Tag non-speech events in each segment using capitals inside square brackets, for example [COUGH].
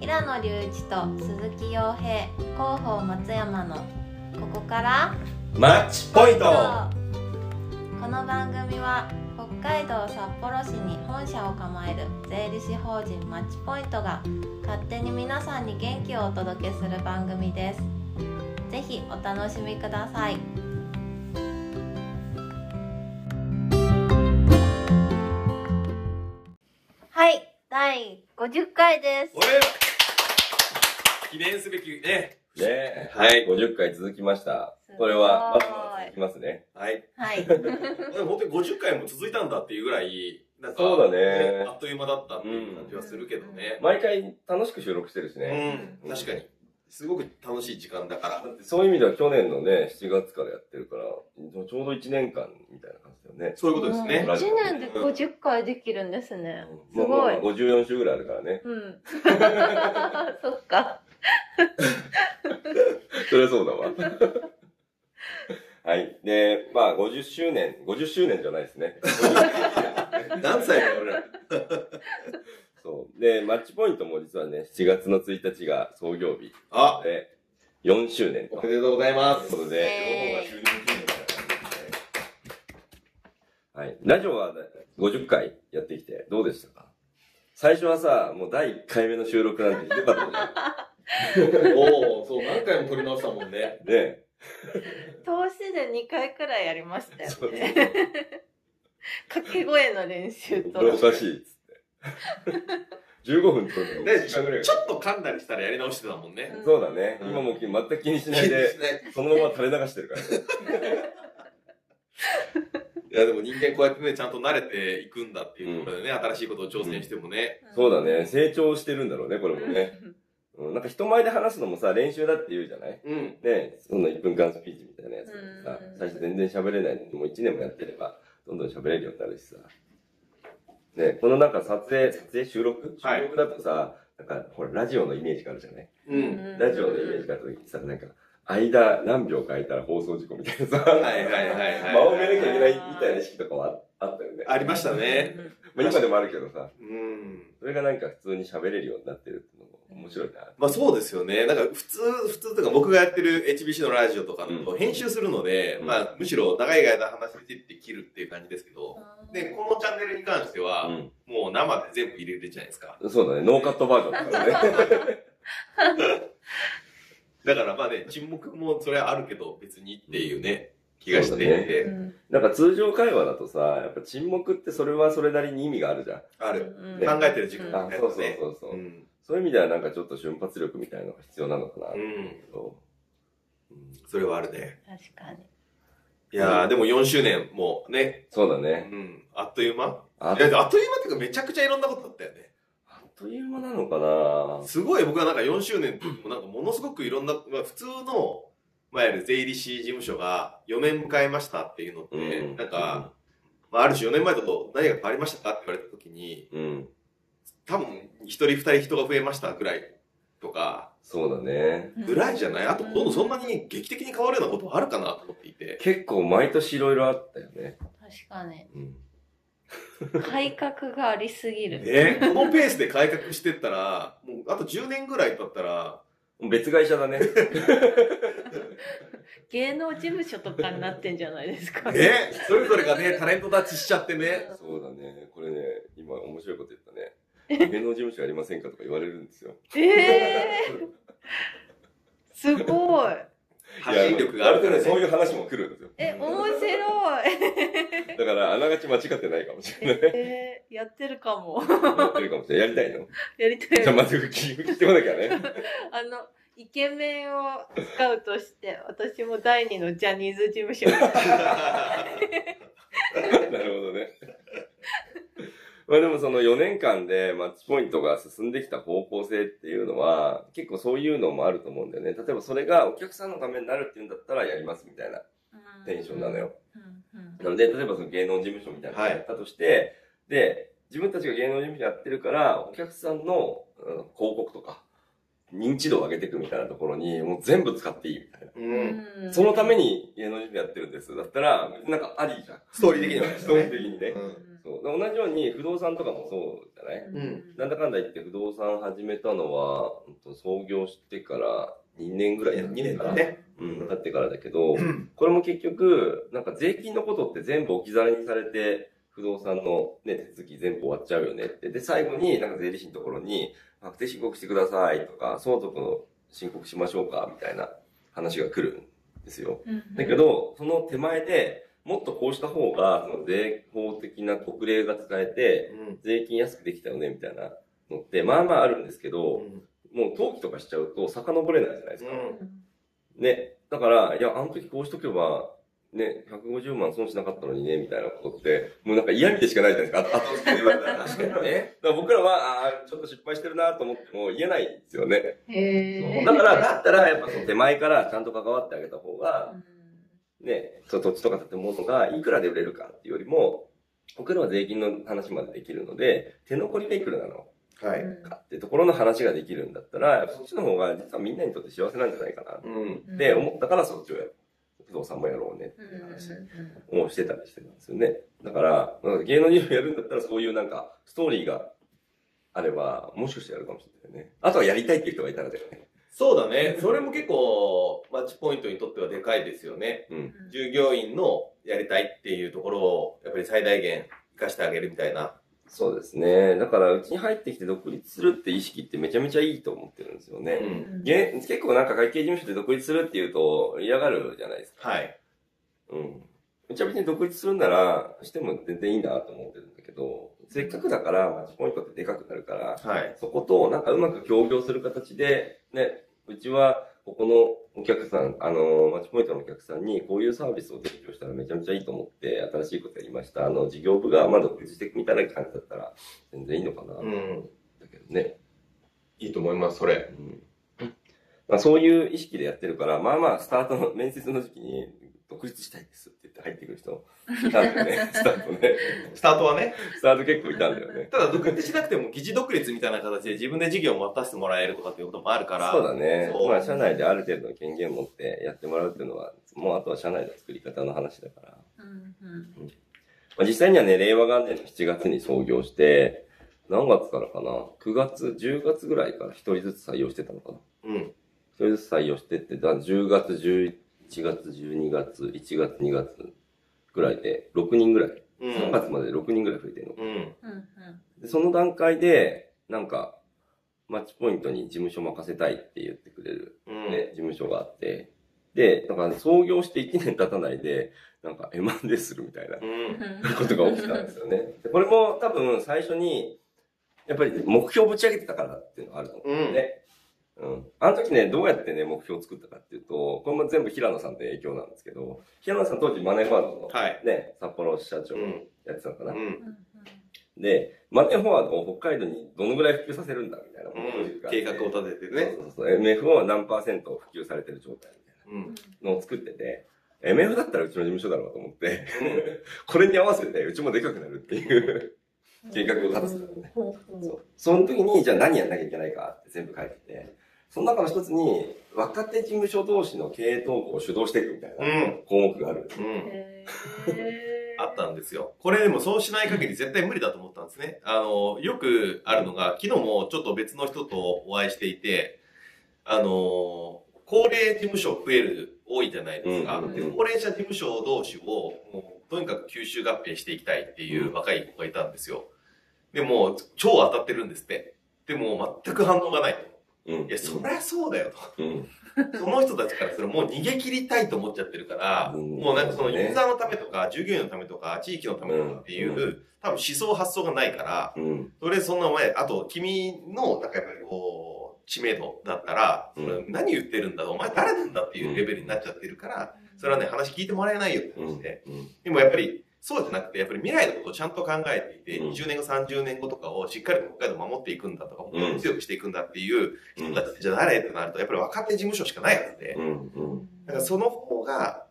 平野隆一と鈴木洋平広報松山のここからマッチポイントこの番組は北海道札幌市に本社を構える税理士法人マッチポイントが勝手に皆さんに元気をお届けする番組ですぜひお楽しみくださいはい第50回ですおえ記念すべきね。ね、はい、50回続きました。すごいこれは、まずは続きますね。はい。はい [LAUGHS] でも本当に50回も続いたんだっていうぐらい、なんか、そうだねあっという間だったっていう感じはするけどね。毎回楽しく収録してるしね。うん、確かに。すごく楽しい時間だから。そういう意味では去年のね、7月からやってるから、ちょうど1年間みたいな感じだよね。そういうことですね。うん1年で50回できるんですね。すもうごいもう。54週ぐらいあるからね。[LAUGHS] [LAUGHS] うん。そっか。そりゃそうだわ。はい。で、まあ、50周年、50周年じゃないですね。何歳だよ、俺ら。そう。で、マッチポイントも実はね、7月の1日が創業日あ、で、4周年と。おめでとうございまというす。ことで、えーはい。ラジオはね50回やってきて、どうでしたか最初はさ、もう第1回目の収録なんてひどかったじゃおお、そう、何回も撮り直したもんね。ん。ねえ。投資で2回くらいやりましたよそうそうね。掛け声の練習これおと。かしいっつって。15分撮るので時間ぐらいちょっと噛んだりしたらやり直してたもんね。そうだね。うん今もう全く気にし気なにいしで、ないそのまま垂れ流してるから。いやでも人間こうやってね、ちゃんと慣れていくんだっていうところでね、新しいことを挑戦してもね。そうだね。成長してるんだろうね、これもね。うん、なんか人前で話すのもさ、練習だって言うじゃないねうん。えそんな1分間スピーチみたいなやつがさう、ん最初全然喋れないのに、もう1年もやってれば、どんどん喋れるようになるしさ。ねえこのなんか撮影、撮影収録収はい録だとさ、なんか、ほら、ラジオのイメージがあるじゃないうん。ラジオのイメージがあるときさ、なんか、間何秒か空いたら放送事故みたいなさ、はいはいはいはい。間を埋めなきゃいけないみたいな意識とかはああったよね。ありましたね。まあ今でもあるけどさ、うん。それがなんか普通に喋れるようになってるっていうのも面白いな。まあそうですよね。なんか普通、普通というか僕がやってる HBC のラジオとかだとうん編集するので、うんまあむしろ長い間話してって切るっていう感じですけど、で、このチャンネルに関しては、うもう生で全部入れるじゃないですか。ん。そうだね、ノーカットバージョンだからね。だからまあね、沈黙もそれはあるけど別にっていうね、気がしていそうだて、なんか通常会話だとさ、やっぱ沈黙ってそれはそれなりに意味があるじゃん。ある。考考えてる時間あ、そうそうそうそう、うん。そういう意味ではなんかちょっと瞬発力みたいなのが必要なのかなとう思んうけど。うんそれはあるね。確かに。いやー、でも4周年もうね、そうだうね。ん、あっという間いや、ああっという間っていうかめちゃくちゃいろんなことあったよね。あっという間なのかなすごい僕はなんか4周年ってもなんかものすごくいろんな、まあ、普通の、まあ、いわゆる税理士事務所が4年迎えましたっていうのって、うんなんか、まあ、ある種4年前だと何が変わりましたかって言われた時に、うん。多分1人2人人が増えましたぐらいとか、そうだね。ぐらいじゃないあと、どんどんそんなに劇的に変わるようなことはあるかなと思っていて。結構毎年いろいろあったよね。確かに。うん。改革がありすぎる。ね、このペースで改革してったら、もうあと10年ぐらい経ったら、別会社だね。芸能事務所とかになってんじゃないですか。ね、それぞれがね、タレント立ちしちゃってね。そうだね。これね、今面白いこと言ったね。芸能事務所ありませんかとか言われるんですよ。ええー、すごい。発信力があるからいやそうね。いう話も来るんですよ。え、面白い。だから、あながち間違ってないかもしれない。えー、やってるかも。やってるかもしれない。やりたいのやりたいじゃあ、まず聞いてこなきゃね。 [LAUGHS] あの、イケメンをスカウトして、私も第二のジャニーズ事務所に。なるほどね。 [LAUGHS] まあでもその4年間でマッチポイントが進んできた方向性っていうのは結構そういうのもあると思うんだよね。例えばそれがお客さんのためになるっていうんだったらやりますみたいなテンションなのよ。うん。うんなので例えばその芸能事務所みたいなのをはいやったとして、で、自分たちが芸能事務所やってるからお客さんのうん広告とか認知度を上げていくみたいなところにもう全部使っていいみたいな。うん。うんそのために芸能事務所やってるんです。だったら、なんかありじゃん。ストーリー的には、ストーリー的にね。うんそう。同じように不動産とかもそうじゃないんなんだかんだ言って不動産始めたのは、うんと創業してから2年ぐらいだったかな2年だね。うん、経ってからだけど、これも結局、なんか税金のことって全部置き去りにされて、不動産の、ね、手続き全部終わっちゃうよねって。で、最後になんか税理士のところに、確定申告してくださいとか、相続の申告しましょうかみたいな話が来るんですよ。だけど、その手前でもっとこうした方が、その税法的な特例が使えて、税金安くできたよねみたいなのって、まあまああるんですけど、もう登記とかしちゃうと遡れないじゃないですか。ね、だから、いや、あの時こうしとけば、ね、150万損しなかったのにね、みたいなことって、もうなんか嫌味でしかないじゃないですか。ああとで [LAUGHS] 言われたら確かにね。だから僕らは、ああ、ちょっと失敗してるなと思っても言えないんですよね。へそうえ。だから、だったら、やっぱその手前からちゃんと関わってあげた方が、ね、その土地とか建物がいくらで売れるかっていうよりも、僕らは税金の話までできるので、手残りがいくらなのはい。かってところの話ができるんだったら、そっちの方が実はみんなにとって幸せなんじゃないかなうん。で、思ったからそっちをやる。不動産もやろうねっていう話をしてたりしてたんですよね。だから、なんか芸能人をやるんだったらそういうなんか、ストーリーがあれば、もしかしてやるかもしれないよね。あとはやりたいっていう人がいたらだよね。そうだね。それも結構、マッチポイントにとってはでかいですよね。うん。従業員のやりたいっていうところを、やっぱり最大限活かしてあげるみたいな。そうですね。だから、うちに入ってきて独立するって意識ってめちゃめちゃいいと思ってるんですよね。ん。げ結構なんか会計事務所で独立するっていうと嫌がるじゃないですか。。はいい。うん。うちは別に独立するならしても全然いいなと思ってるんだけど、せっかくだから、マッチポイントってでかくなるから、はい。そこと、なんかうまく協業する形で、ね、うちは、ここのお客さん、あの、マッチポイントのお客さんに、こういうサービスを提供したらめちゃめちゃいいと思って、新しいことやりました。あの、事業部が、まあ、独立してみたいな感じだったら、全然いいのかな、だん。けどね。いいと思います、それ。うん。まあ、そういう意識でやってるから、まあまあ、スタートの、面接の時期に、独立したいですって言って入ってくる人、いたんだよね、スタートね。スタートはね。スタート結構いたんだよね。ただ、独立しなくても、疑似独立みたいな形で自分で事業を持たせてもらえるとかっていうこともあるから。そうだねそ。うまあ、社内である程度の権限を持ってやってもらうっていうのは、もうあとは社内の作り方の話だから。まあ、実際にはね、令和元年の7月に創業して、何月からかな ?9 月、10月ぐらいから一人ずつ採用してたのかなうん。一人ずつ採用してって、だ10月、11月、12月、1月、2月ぐらいで6人ぐらい。う3ん。月まで6人ぐらい増えてるのか。うん。でその段階で、なんか、マッチポイントに事務所任せたいって言ってくれるうん。ね、事務所があって、で、だから創業して1年経たないで、なんか M&A するみたいなうん。ことが起きたんですよね。でこれも多分最初に、やっぱり目標をぶち上げてたからっていうのがあると思うんですよね。うん。あの時ね、どうやってね、目標を作ったかっていうと、これも全部平野さんの影響なんですけど、平野さん当時マネーフォワードの、はい。ね、札幌支社長うんやってたのかうな。ん。で、マネーフォワードを北海道にどのぐらい普及させるんだみたいなうん。計画をを立ててねね。。そうそうそう。MF を何パーセント普及されてる状態みたいうな。ん。のを作ってて、MF だったらうちの事務所だろうと思って、 [LAUGHS] これに合わせてうちもでかくなるっていう [LAUGHS] 計画を立ててたのね。そうその時に、じゃあ何やんなきゃいけないかって全部書いてて、その中の一つに、若手事務所同士の経営統合を主導していくみたいなう項目がある。うん。あったんんですよ。これでもそうしない限り絶対無理だと思ったんですね。あの、よくあるのが、昨日もちょっと別の人とお会いしていて、あの、高齢事務所増える、多いじゃないですか。うんで高齢者事務所同士を、もう、とにかく吸収合併していきたいっていう若い子がいたんですよ。でも、超当たってるんですって。でも、全く反応がないと。うん。いや、そりゃそうだよと。うん。その人たちからするともう逃げ切りたいと思っちゃってるから、うんもうなんかそのユーザーのためとか、従業員のためとか、地域のためとかっていう、うん多分思想発想がないから、うん。それその前、あと君の、なんかやっぱりこう、知名度だったら、うんそれ何言ってるんだ、お前誰なんだっていうレベルになっちゃってるから、それはね、話聞いてもらえないよってうん。う話んで、でもやっぱり、そうじゃなくて、やっぱり未来のことをちゃんと考えていて、うん20年後、30年後とかをしっかり北海道を守っていくんだとか、うん北海道を強くしていくんだっていう人たちってじゃあ誰ってなると、やっぱり若手事務所しかないはずで、うん。うん。だからその方が、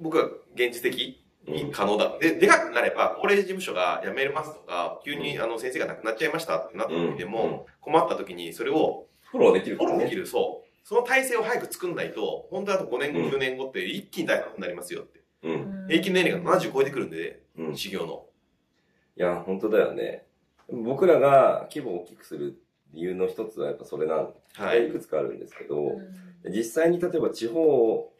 僕は現実的うん。に可能だ。で、でかくなれば、高齢事務所が辞めますとか、急にあの先生が亡くなっちゃいましたってなった時でも、困った時にそれをフォローできるフかォらローできね。る、そう。その体制を早く作んないと、本当あと5年後、うん10年後って一気に大変になりますよって。うん。平均年齢が70超えてくるんで、うん。修行の。いいや、本当だよね。僕らが規模を大きくする理由の一つはやっぱそれなんはで、いい。くつかあるんですけど、うん実際に例えば地方、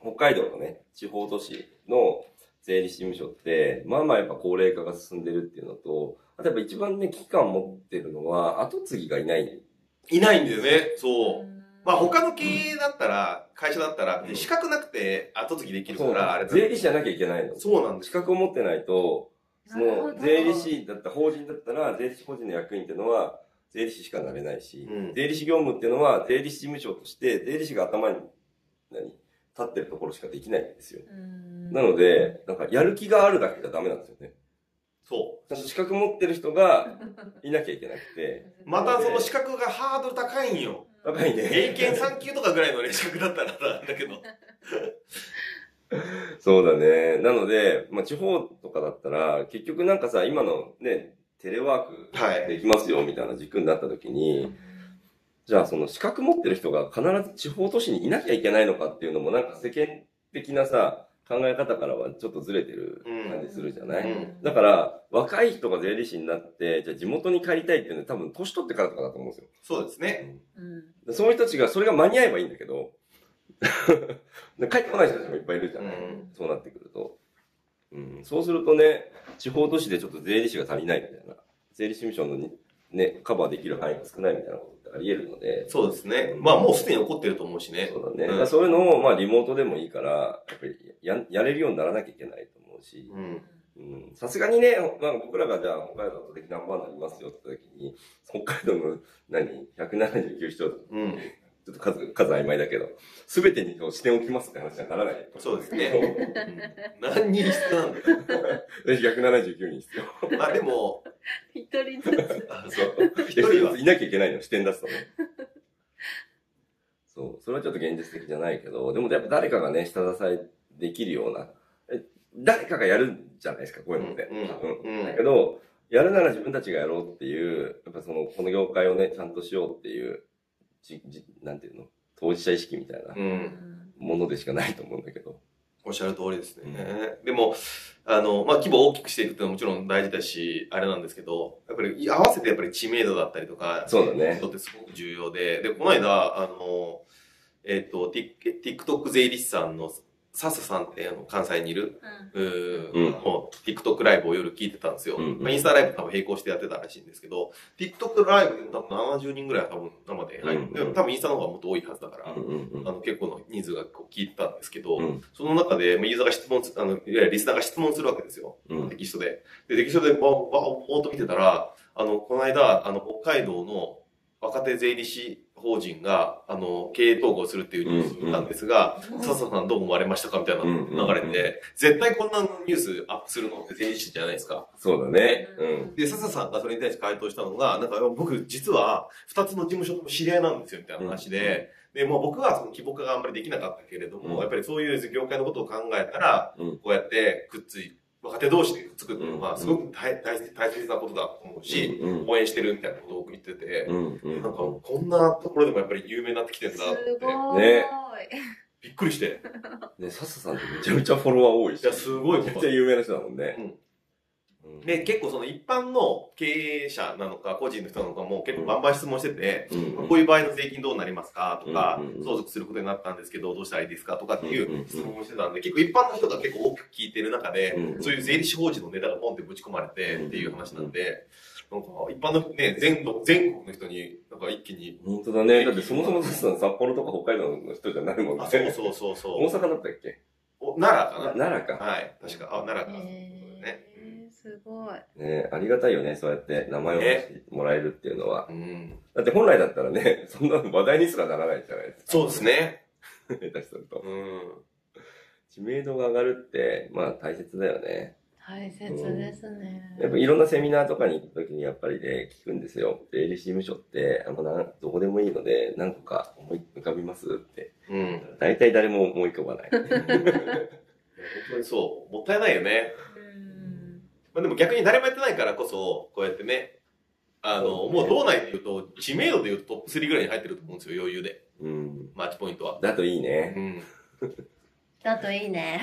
北海道のね、地方都市の税理士事務所って、まあまあやっぱ高齢化が進んでるっていうのと、あとやっぱ一番ね、危機感を持ってるのは、後継ぎがいない。いないんだよね。そう。まあうん他の経営だったら、会社だったら、で資格なくて後継ぎできるかそうら、あなれんでだす税理士じゃなきゃいけないの。そうなんです。資格を持ってないと、そなるほのど税理士だった法人だったら、税理士法人の役員っていうのは、税理士しかなれないし、うん税理士業務っていうのは、税理士事務所として、税理士が頭に、何立ってるところしかできないんですよ。うんなので、なんか、やる気があるだけじゃダメなんですよね。そう。ちゃんと資格持ってる人がいなきゃいけなく [LAUGHS] て、またその資格がハードル高いんよ。若いね。英検3級とかぐらいのね、資格だったらさだけど。そうだね。なので、まあ、地方とかだったら、結局なんかさ、今のね、テレワはークできますよ、みたいな軸になった時に、じゃあその資格持ってる人が必ず地方都市にいなきゃいけないのかっていうのも、なんか世間的なさ、考え方からはちょっとずれてる感じするじゃない、うんだから、若い人が税理士になって、じゃあ地元に帰りたいっていうのは多分年取ってからとかだと思うんですよ。そうですね。うんでそういう人たちが、それが間に合えばいいんだけど、 [LAUGHS] で帰ってこない人たちもいっぱいいるじゃない、うんそうなってくると。うん、そうするとね、地方都市でちょっと税理士が足りないみたいな、税理士事務所のにね、カバーできる範囲が少ないみたいなことってあり得るので、そうですね。まあもうすでに起こってると思うしね。そうだね。んだからそういうのを、まあ、リモートでもいいから、やっぱりや、やれるようにならなきゃいけないと思うし、うん。うんさすがにね、なんか僕らがじゃあ、北海道と的ナンバーになりますよって時に、北海道の何、179市町、ちうん。ょっと数、数曖昧だけど、すべてにこう視点を置きますって話にはならない。そうです [LAUGHS] ね。何人必要なんだよ [LAUGHS] ぜひ179人必要。まあでも、一人ずつ。あ [LAUGHS] そう。一人はいなきゃいけないの、視点出すと [LAUGHS] ね。そう。それはちょっと現実的じゃないけど、でもやっぱ誰かがね、下支えできるような、え誰かがやるじゃないですか、こういうのって。うんうん多分うんだけど、やるなら自分たちがやろうっていう、やっぱその、この業界をね、ちゃんとしようっていう、じ、じ、なんていうの当事者意識みたいなうん。ものでしかないと思うんだけど。おっしゃる通りですね。でも、あの、まあ規模を大きくしていくってのはもちろん大事だし、あれなんですけど、やっぱり合わせてやっぱり知名度だったりとか、そうだね人ってすごく重要で、で、この間、あの、えっ、と、ティ TikTok 税理士さんのササさんってあの関西にいる、ううんーの TikTok ライブを夜聞いてたんですよ。うんまあ、インスタライブ多分並行してやってたらしいんですけど、TikTok ライブで多分70人ぐらい多分生でライブ、うんでも多分インスタの方がもっと多いはずだから、うんうんあの結構の人数がこう聞いてたんですけど、うんその中で、まあユーザーが質問す、あの、いわゆるリスナーが質問するわけですよ。うん。うんテキストで。で、テキストで、ば、ば、ぼーっと見てたら、あの、この間、あの、北海道の若手税理士法人が、あの、経営統合するっていうニュースを見たんですが、笹田さんどう思われましたかみたいな流れうんうんうで、絶対こんなニュースアップするのって税理士じゃないですか。そうだね。うん。で、笹さんがそれに対して回答したのが、なんか僕実は二つの事務所とも知り合いなんですよみたいな話で、で、もう僕はその規模化があんまりできなかったけれども、うんやっぱりそういう業界のことを考えたら、うんこうやってくっつい、若手同士でくっつくっていうのうはんすごく大大切大切なことだと思うし、うんうん応援してるみたいなことを言ってて、うんうなんかん。こんなところでもやっぱり有名になってきてんすだって、ごい。ねびっくりして、ね、笹さんってめちゃめちゃフォロワー多いし。いや、すごいめこっとちゃ有名な人だもんね。うんで、結構その一般の経営者なのか、個人の人なのかも結構バンバン質問してて、うんこういう場合の税金どうなりますかとかうんうんうん、相続することになったんですけど、どうしたらいいですかとかってうんうんういんう質問をしてたんで、結構一般の人が結構多く聞いてる中でうんう、んそういう税理士法人のネタがポンってぶち込まれてっていう話なんで、なんか一般のね、全国全国の人に、なんか一気に、本当だね。だってそもそも笹さん札幌とか北海道の人じゃないもんねあ、。そうそうそうそ大う阪だったっけお、奈良か奈良なか。はい、確か、あ、奈良かなそういうことでね。えー、すごい。ねありがたいよね。そうやって名前を出してもらえるっていうのは。うん。だって本来だったらね、 [LAUGHS] そんなの話題にすらならないじゃないですか。そうですね。下手すると。うん。知名度が上がるって、まあ大切だよね。大切ですね。やっぱいろんなセミナーとかに行った時にやっぱりね、聞くんですよ。税理士事務所って、あの、なんどこでもいいので、何個か思い浮かびますって。うん。いや大体誰も思い浮か [LAUGHS] ばない。本当にそう。もったいないよね。うんまあでも逆に誰もやってないからこそ、こうやってね、あの、もう道内で言うと、知名度で言うとトップ3ぐらいに入ってると思うんですよ、余裕で。うん。 [LAUGHS] マッチポイントは。だといいね。うん。だといいね。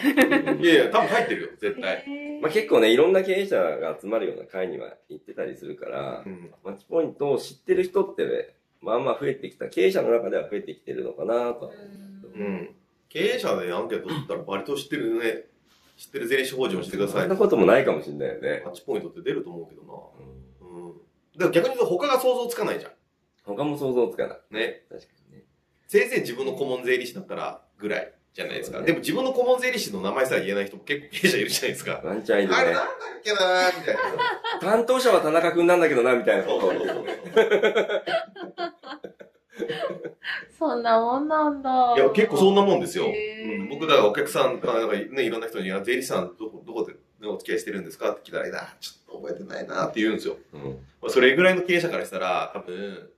いやいや、多分入ってるよ、絶対。へーまあ、結構ね、いろんな経営者が集まるような会には行ってたりするからう、んマッチポイントを知ってる人って、まあまあ増えてきた、経営者の中では増えてきてるのかなとは思うう。ん。経営者でアンケート取ったら、割と知ってるね、知ってる税理士法人をしてくださそい。んマなこともないかもしれないよね。ッチポイントって出ると思うけどな。うんうん。だから逆に言うと、他が想像つかないじゃ他も想像つかない。ん。ね。確かにね。せいぜい自分の顧問税理士だったら、ぐらいじゃないですか。そうだねでも自分の顧問税理士の名前さえ言えない人も結構経営者いるじゃないですか。ワンチャンいるあれねな。んだっけなーみたいな。担当者は田中くんなんだけどな、みたいなそこうとをそう言うそうそんなもんなんだ。いや、結構そんなもんですよ。へーうん、僕、だからお客さん、なんかね、いろんな人に、あ税理士さん、どこ、どこでお付き合いしてるんですかって聞いたら、いやちょっと覚えてないなって言うんですよ。うんまあそれぐらいの経営者からしたら、多分、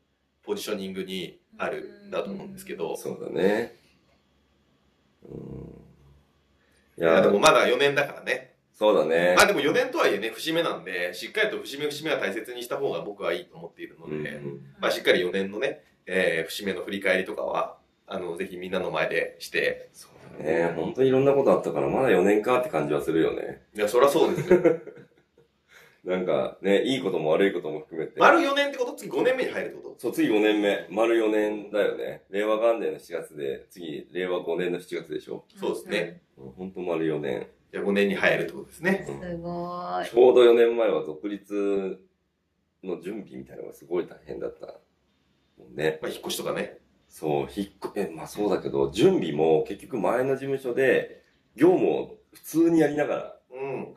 ポジショニングにあるんだと思うんですけど。そうだね。うん。いいや、やで、もまだ4年だからね。そうだねま。あでも4年とはいえね、節目なんで、しっかりと節目節目は大切にした方が僕はいいと思っているのうで、んうんまあしっかり4年のね、えー節目の振り返りとかは、あの、ぜひみんなの前でして、ねえ、本当にいろんなことあったから、まだ4年かって感じはするよね。いや、そりゃそうですよ。なんか、ね、いいことも悪いことも含めて。丸4年ってこと次5年目に入るってことそう、次5年目。丸4年だよね。令和元年の7月で、次、令和5年の7月でしょ。そうですね。うんほんと丸4年。じゃあ5年に入るってことですね。うん。すごい。ちょうど4年前は独立の準備みたいなのがすごい大変だった。もんね。まあ、引っ越しとかね。そう、引っ越、え、まあそうだけど、準備も結局前の事務所で、業務を普通にやりながら、うん。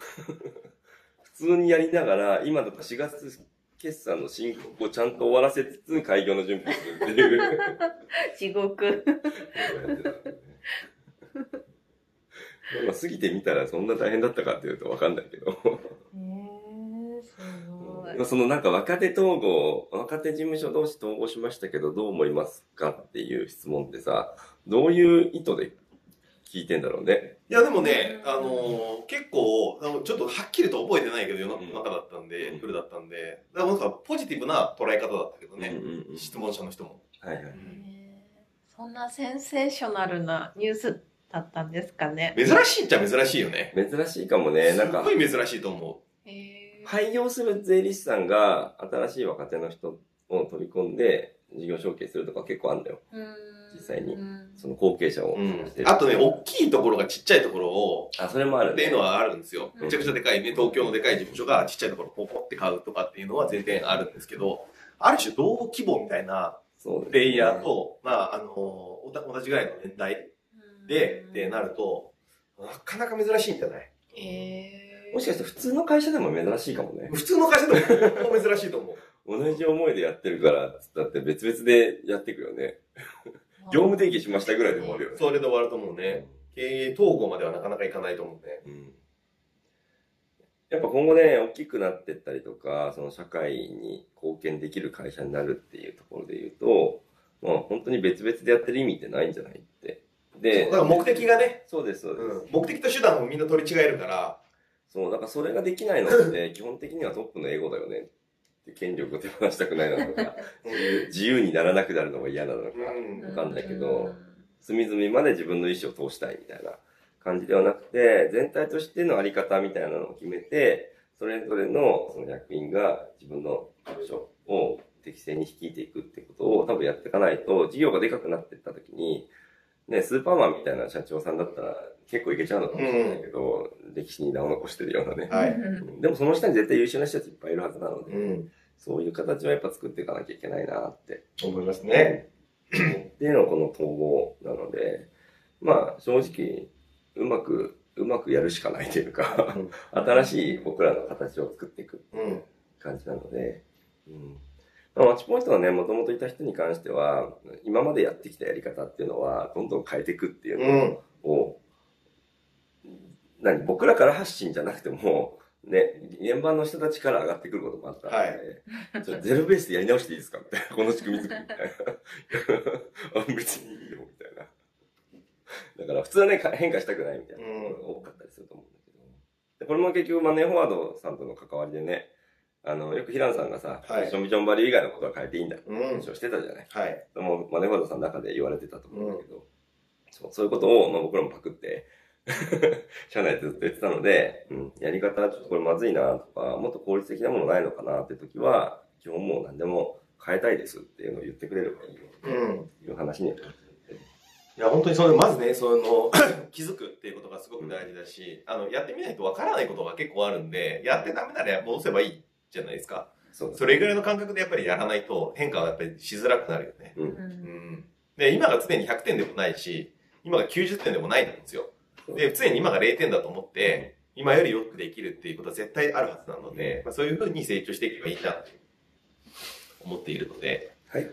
普通にやりながら、今だと4月決算の申告をちゃんと終わらせつつ、開業の準備をするっていう。 [LAUGHS] 地獄。まあ過ぎてみたらそんな大変だったかっていうとわかんないけど。へーすごいまあ。そのなんか若手統合、若手事務所同士統合しましたけど、どう思いますかっていう質問ってさ、どういう意図で聞いてんだろうね。いや、でもね、あのー結構、あのちょっとはっきりと覚えてないけど、世のうん中だったんで、うんフルだったんで、だからなんかポジティブな捉え方だったけどうんね、うんうん質問者の人も。はいはい。へーそんなセンセーショナルなニュースだったんですかね。珍しいっちゃ珍しいよね。珍しいかもね。なすんっかご、い珍しいと思へー廃業する税理士さんが新しい若手の人を取り込んで事業承継するとか結構あるんだよ。実際に。うんその後継者をう。うんして。るあとね、大きいところがちっちゃいところを、あ、それもある、っていうのはあるんですよ。うんめちゃくちゃでかいね、東京のでかい事務所がちっちゃいところをポコって買うとかっていうのは全然あるんですけど、ある種同規模みたいなそうですねレイヤーと、まあ、あのーおた同じぐらいの年代で、ってな。ると、なかなか珍しいんじゃないへーもしかして普通の会社でも珍しいかもね。普通の会社でももう珍しいと思う。同じ思いでやってるから、だって別々でやっていくよね。業務提起しましたぐらいで終わるよね。それで終わると思うね。経営統合まではなかなかいかないと思うね。うん。やっぱ今後ね、大きくなってったりとか、その社会に貢献できる会社になるっていうところで言うと、まあ本当に別々でやってる意味ってないんじゃないって。でだ、から目的がね、そうです、そうです。うん目的と手段をみんな取り違えるから、そう、だからそれができないのって、 [LAUGHS] 基本的にはトップの英語だよね。で権力を手放したくないなとか、自由にならなくなるのが嫌なのか、うんわかんないけど、隅々まで自分の意思を通したいみたいな感じではなくて、全体としてのあり方みたいなのを決めて、それぞれのその役員が自分の部署を適正に率いていくってことを多分やっていかないと、事業がでかくなっていった時に、ね、スーパーマンみたいな社長さんだったら結構いけちゃうのかもしれないけど、歴史に名を残してるようなね。はいうんでもその下に絶対優秀な人たちいっぱいいるはずなので、うん、そういう形はやっぱ作っていかなきゃいけないなって思いますね。っていうのがこの統合なので、まあ正直、うまく、うまくやるしかないというか、新しい僕らの形を作っていくっていう感じなので、うん。まあ、マッチポイントはね、もともといた人に関しては、今までやってきたやり方っていうのは、どんどん変えていくっていううのん、を、何僕らから発信じゃなくても、ね、現場の人たちから上がってくることもあったので、ちょっとゼロベースでやり直していいですかみたいな。この [LAUGHS] 仕組み作りみたいな。 [LAUGHS] あ別にいいよ、みたいな。だから普通はね、か変化したくないみたいなところが多かったりすると思うんだけど。でこれも結局マネーフォワードさんとの関わりでね、あの、よく平野さんがさ、はいションビジョンバリー以外のことは変えていいんだってうん、話をしてたじゃない。はい。でもマネーフォワードさんの中で言われてたと思うんだけど、そうそういうことを、まあ、僕らもパクって、 [LAUGHS] 社内でずっと言ってたので、うん、やり方、ちょっとこれまずいなとか、もっと効率的なものないのかなって時は、基本もう何でも変えたいですっていうのを言ってくれればいいようん。っていう話に。いや、本当にその、まずね、その、 [COUGHS] 気づくっていうことがすごく大事だし、あの、やってみないとわからないことが結構あるんで、やってダメなら戻せばいいじゃないですか。そうですそれぐらいの感覚でやっぱりやらないと変化はやっぱりしづらくなるよね。うんで、今が常に100点でもないし、今が90点でもないんですよ。で、常に今が0点だと思って、今よりよくできるっていうことは絶対あるはずなので、まあ、そういうふうに成長していけばいいなと思っているので、はい。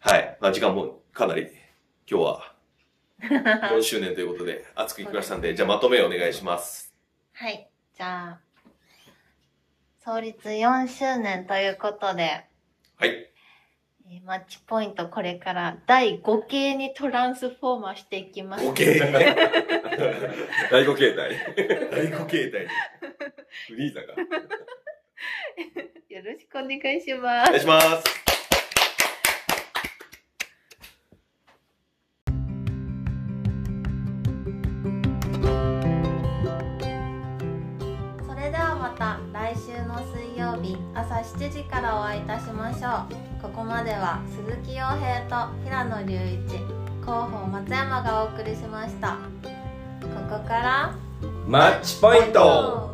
はい。まあ、時間もかなり、今日は4周年ということで、熱くいきましたんで、じゃあまとめをお願いします。はい。じゃあ、創立4周年ということで、はい。えーマッチポイントこれから第5形にトランスフォーマーしていきます。 [LAUGHS] 形態。第5形態。第5形態に。フリーザが。よろしくお願いしまおす願い。します。それではまた来週の水曜日朝7時からお会いいたしましょうここまでは鈴木洋平と平野隆一広報松山がお送りしましたここからマッチポイント